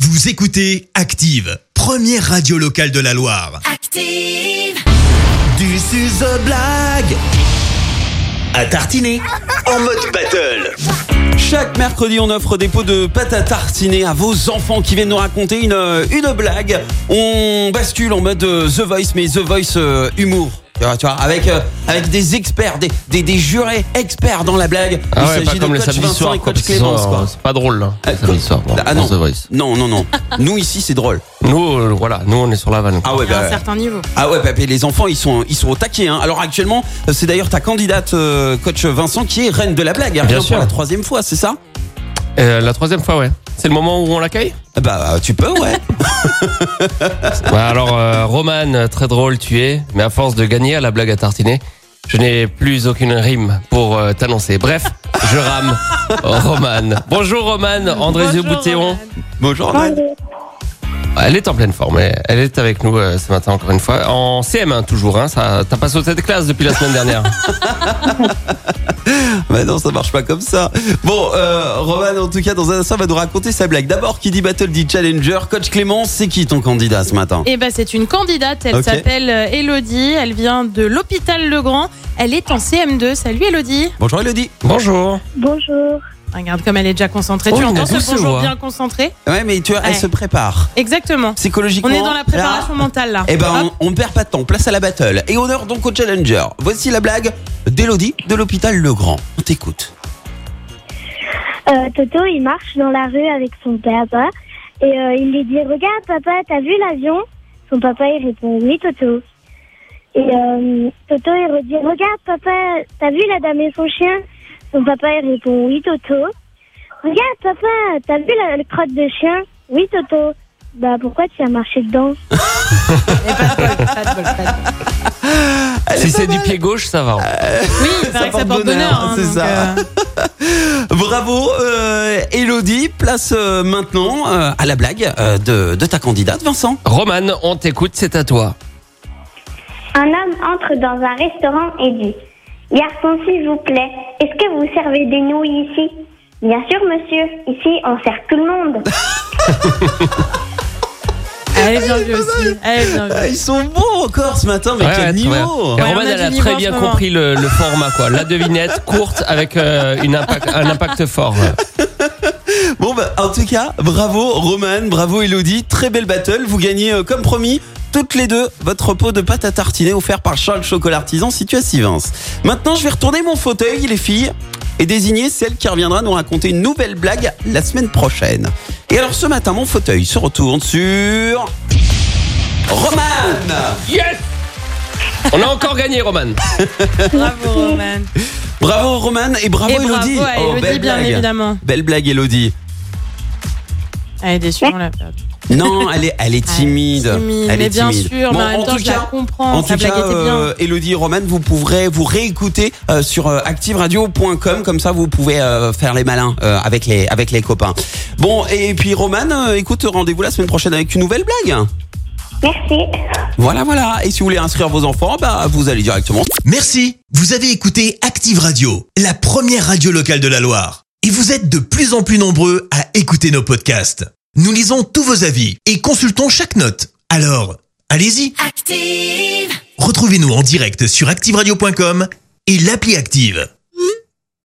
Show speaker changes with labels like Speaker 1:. Speaker 1: Vous écoutez Active, première radio locale de la Loire.
Speaker 2: Active.
Speaker 3: Du suzo blague à tartiner en mode battle.
Speaker 4: Chaque mercredi, on offre des pots de pâte à tartiner à vos enfants qui viennent nous raconter une, euh, une blague. On bascule en mode euh, The Voice, mais The Voice euh, humour. Tu vois, tu vois, avec, euh, avec des experts, des, des, des jurés experts dans la blague.
Speaker 5: Ah ouais,
Speaker 4: Il
Speaker 5: pas
Speaker 4: s'agit de
Speaker 5: comme le
Speaker 4: coach
Speaker 5: samedi
Speaker 4: Vincent
Speaker 5: soir.
Speaker 4: et
Speaker 5: quoi,
Speaker 4: coach
Speaker 5: parce qu'ils
Speaker 4: Clémence.
Speaker 5: sont, euh,
Speaker 4: Quoi.
Speaker 5: C'est pas drôle, là.
Speaker 4: Euh,
Speaker 5: samedi soir. dans-
Speaker 4: Ah
Speaker 5: dans
Speaker 4: non.
Speaker 5: The Voice.
Speaker 4: non, non, non. Nous, ici, c'est drôle.
Speaker 5: Nous, euh, voilà, nous, on est sur la vanne.
Speaker 4: Ah ouais,
Speaker 6: à un
Speaker 4: bah,
Speaker 6: certain niveau.
Speaker 4: ah ouais, papé, les enfants, ils sont, ils sont au taquet. Hein. Alors actuellement, euh, c'est d'ailleurs ta candidate, euh, coach Vincent, qui est reine de la blague. hein. Elle
Speaker 5: Bien
Speaker 4: revient
Speaker 5: sûr.
Speaker 4: pour la troisième fois, c'est ça
Speaker 5: Euh, la troisième fois, ouais. C'est le moment où on l'accueille
Speaker 4: Bah, tu peux, ouais.
Speaker 5: Ouais, alors, euh, Roman, très drôle, tu es, mais à force de gagner à la blague à tartiner, je n'ai plus aucune rime pour euh, t'annoncer. Bref, je rame. Roman. Bonjour, Roman. André
Speaker 6: Bonjour,
Speaker 5: Boutéon.
Speaker 6: Roman.
Speaker 4: Bonjour, Anne.
Speaker 5: Elle est en pleine forme. Elle elle est avec nous euh, ce matin, encore une fois. En CM1, toujours. Hein, ça- T'as pas sauté de classe depuis la semaine dernière.
Speaker 4: Bah non, ça marche pas comme ça. Bon, euh, Roman, en tout cas, dans un instant, va nous raconter sa blague. D'abord, qui dit battle dit challenger. Coach Clément, c'est qui ton candidat ce matin
Speaker 6: Eh ben, c'est une candidate. Elle
Speaker 4: Ok.
Speaker 6: s'appelle euh, Elodie. Elle vient de l'hôpital Legrand. Elle est en CM2. Salut Elodie.
Speaker 4: Bonjour, Elodie.
Speaker 5: Bonjour.
Speaker 7: Bonjour.
Speaker 6: Regarde comme elle est déjà concentrée.
Speaker 5: Oh,
Speaker 6: tu
Speaker 5: il a
Speaker 6: entends ce
Speaker 5: poussé,
Speaker 6: bonjour
Speaker 5: ouais.
Speaker 6: bien concentré
Speaker 4: Ouais, mais tu vois, elle
Speaker 6: Ouais.
Speaker 4: se prépare.
Speaker 6: Exactement.
Speaker 4: Psychologiquement.
Speaker 6: On est dans la préparation mentale là.
Speaker 4: Et ben,
Speaker 6: Hop.
Speaker 4: on, on ne perd pas de temps. Place à la battle. Et honneur donc au challenger. Voici la blague d'Elodie de l'hôpital Legrand. On t'écoute.
Speaker 7: Euh, Toto, il marche dans la rue avec son papa et euh, il lui dit Regarde, papa, t'as vu l'avion Son papa, il répond Oui, Toto. Et euh, Toto, il redit Regarde, papa, t'as vu la dame et son chien Son papa, il répond Oui, Toto. Regarde, papa, t'as vu la, la crotte de chien Oui, Toto. Bah, pourquoi tu as marché dedans
Speaker 6: Et Eh ben, pas de bol, pas de bol, pas de bol.
Speaker 4: Elle est
Speaker 5: Si
Speaker 4: pas
Speaker 5: c'est du
Speaker 4: mal.
Speaker 5: pied gauche, ça va.
Speaker 6: Oui, il paraît que ça porte bonheur. hein,
Speaker 4: c'est
Speaker 6: donc,
Speaker 4: ça.
Speaker 6: euh,
Speaker 4: Bravo, euh, Elodie. Place euh, maintenant euh, à la blague euh, de, de ta candidate, Vincent.
Speaker 5: Roman, on t'écoute, c'est à toi.
Speaker 7: Un homme entre dans un restaurant et dit Garçon, s'il vous plaît, est-ce que vous servez des nouilles ici Bien sûr, monsieur. Ici, on sert tout le monde.
Speaker 6: Elle est bien vue aussi. Elle est bien vue.
Speaker 4: Ah, Ils sont bons encore ce matin, mais
Speaker 5: Ouais,
Speaker 4: quel
Speaker 5: ouais, très bien.
Speaker 4: niveau
Speaker 5: Et
Speaker 6: Ouais,
Speaker 5: Roman,
Speaker 6: on a
Speaker 5: elle
Speaker 6: du
Speaker 5: a
Speaker 6: niveau
Speaker 5: très
Speaker 6: en ce
Speaker 5: bien
Speaker 6: moment.
Speaker 5: compris le, le format, quoi. La devinette courte avec euh, une impact- un impact fort.
Speaker 4: Bon, bah, en tout cas, bravo Roman, bravo Elodie, très belle battle. Vous gagnez, euh, comme promis, toutes les deux votre pot de pâte à tartiner offert par Charles Chocolat Artisan situé à Sivins. Maintenant, je vais retourner mon fauteuil, les filles, et désigner celle qui reviendra nous raconter une nouvelle blague la semaine prochaine. Et alors, ce matin, mon fauteuil se retourne sur. Roman
Speaker 5: Yes On a encore gagné, Roman.
Speaker 6: Bravo Roman.
Speaker 4: Bravo Roman et bravo
Speaker 6: Et
Speaker 4: Elodie
Speaker 6: bravo à
Speaker 4: Oh,
Speaker 6: Elodie,
Speaker 4: belle
Speaker 6: bien
Speaker 4: blague.
Speaker 6: évidemment.
Speaker 4: Belle blague, Elodie.
Speaker 6: Elle est déçue, on l'a perdu.
Speaker 4: Non, elle est, elle est timide.
Speaker 6: Ah, Elle est timide,
Speaker 4: Elle
Speaker 6: mais
Speaker 4: est
Speaker 6: bien
Speaker 4: timide.
Speaker 6: sûr,
Speaker 4: Bon,
Speaker 6: mais en même
Speaker 4: en
Speaker 6: temps,
Speaker 4: tout
Speaker 6: je la
Speaker 4: cas,
Speaker 6: comprends.
Speaker 4: en
Speaker 6: Sa
Speaker 4: tout
Speaker 6: blague
Speaker 4: cas,
Speaker 6: était bien.
Speaker 4: euh, Elodie et Roman, vous pourrez vous réécouter euh, sur euh, activeradio.com, comme ça vous pouvez euh, faire les malins euh, avec, les, avec les copains. Bon, et puis Roman, euh, écoute, rendez-vous la semaine prochaine avec une nouvelle blague.
Speaker 7: Merci.
Speaker 4: Voilà, voilà. Et si vous voulez inscrire vos enfants, bah, vous allez directement
Speaker 1: Merci, vous avez écouté Active Radio, la première radio locale de la Loire. Et vous êtes de plus en plus nombreux à écouter nos podcasts. Nous lisons tous vos avis et consultons chaque note. Alors, allez-y,
Speaker 2: Active.
Speaker 1: retrouvez-nous en direct sur activeradio.com et l'appli Active.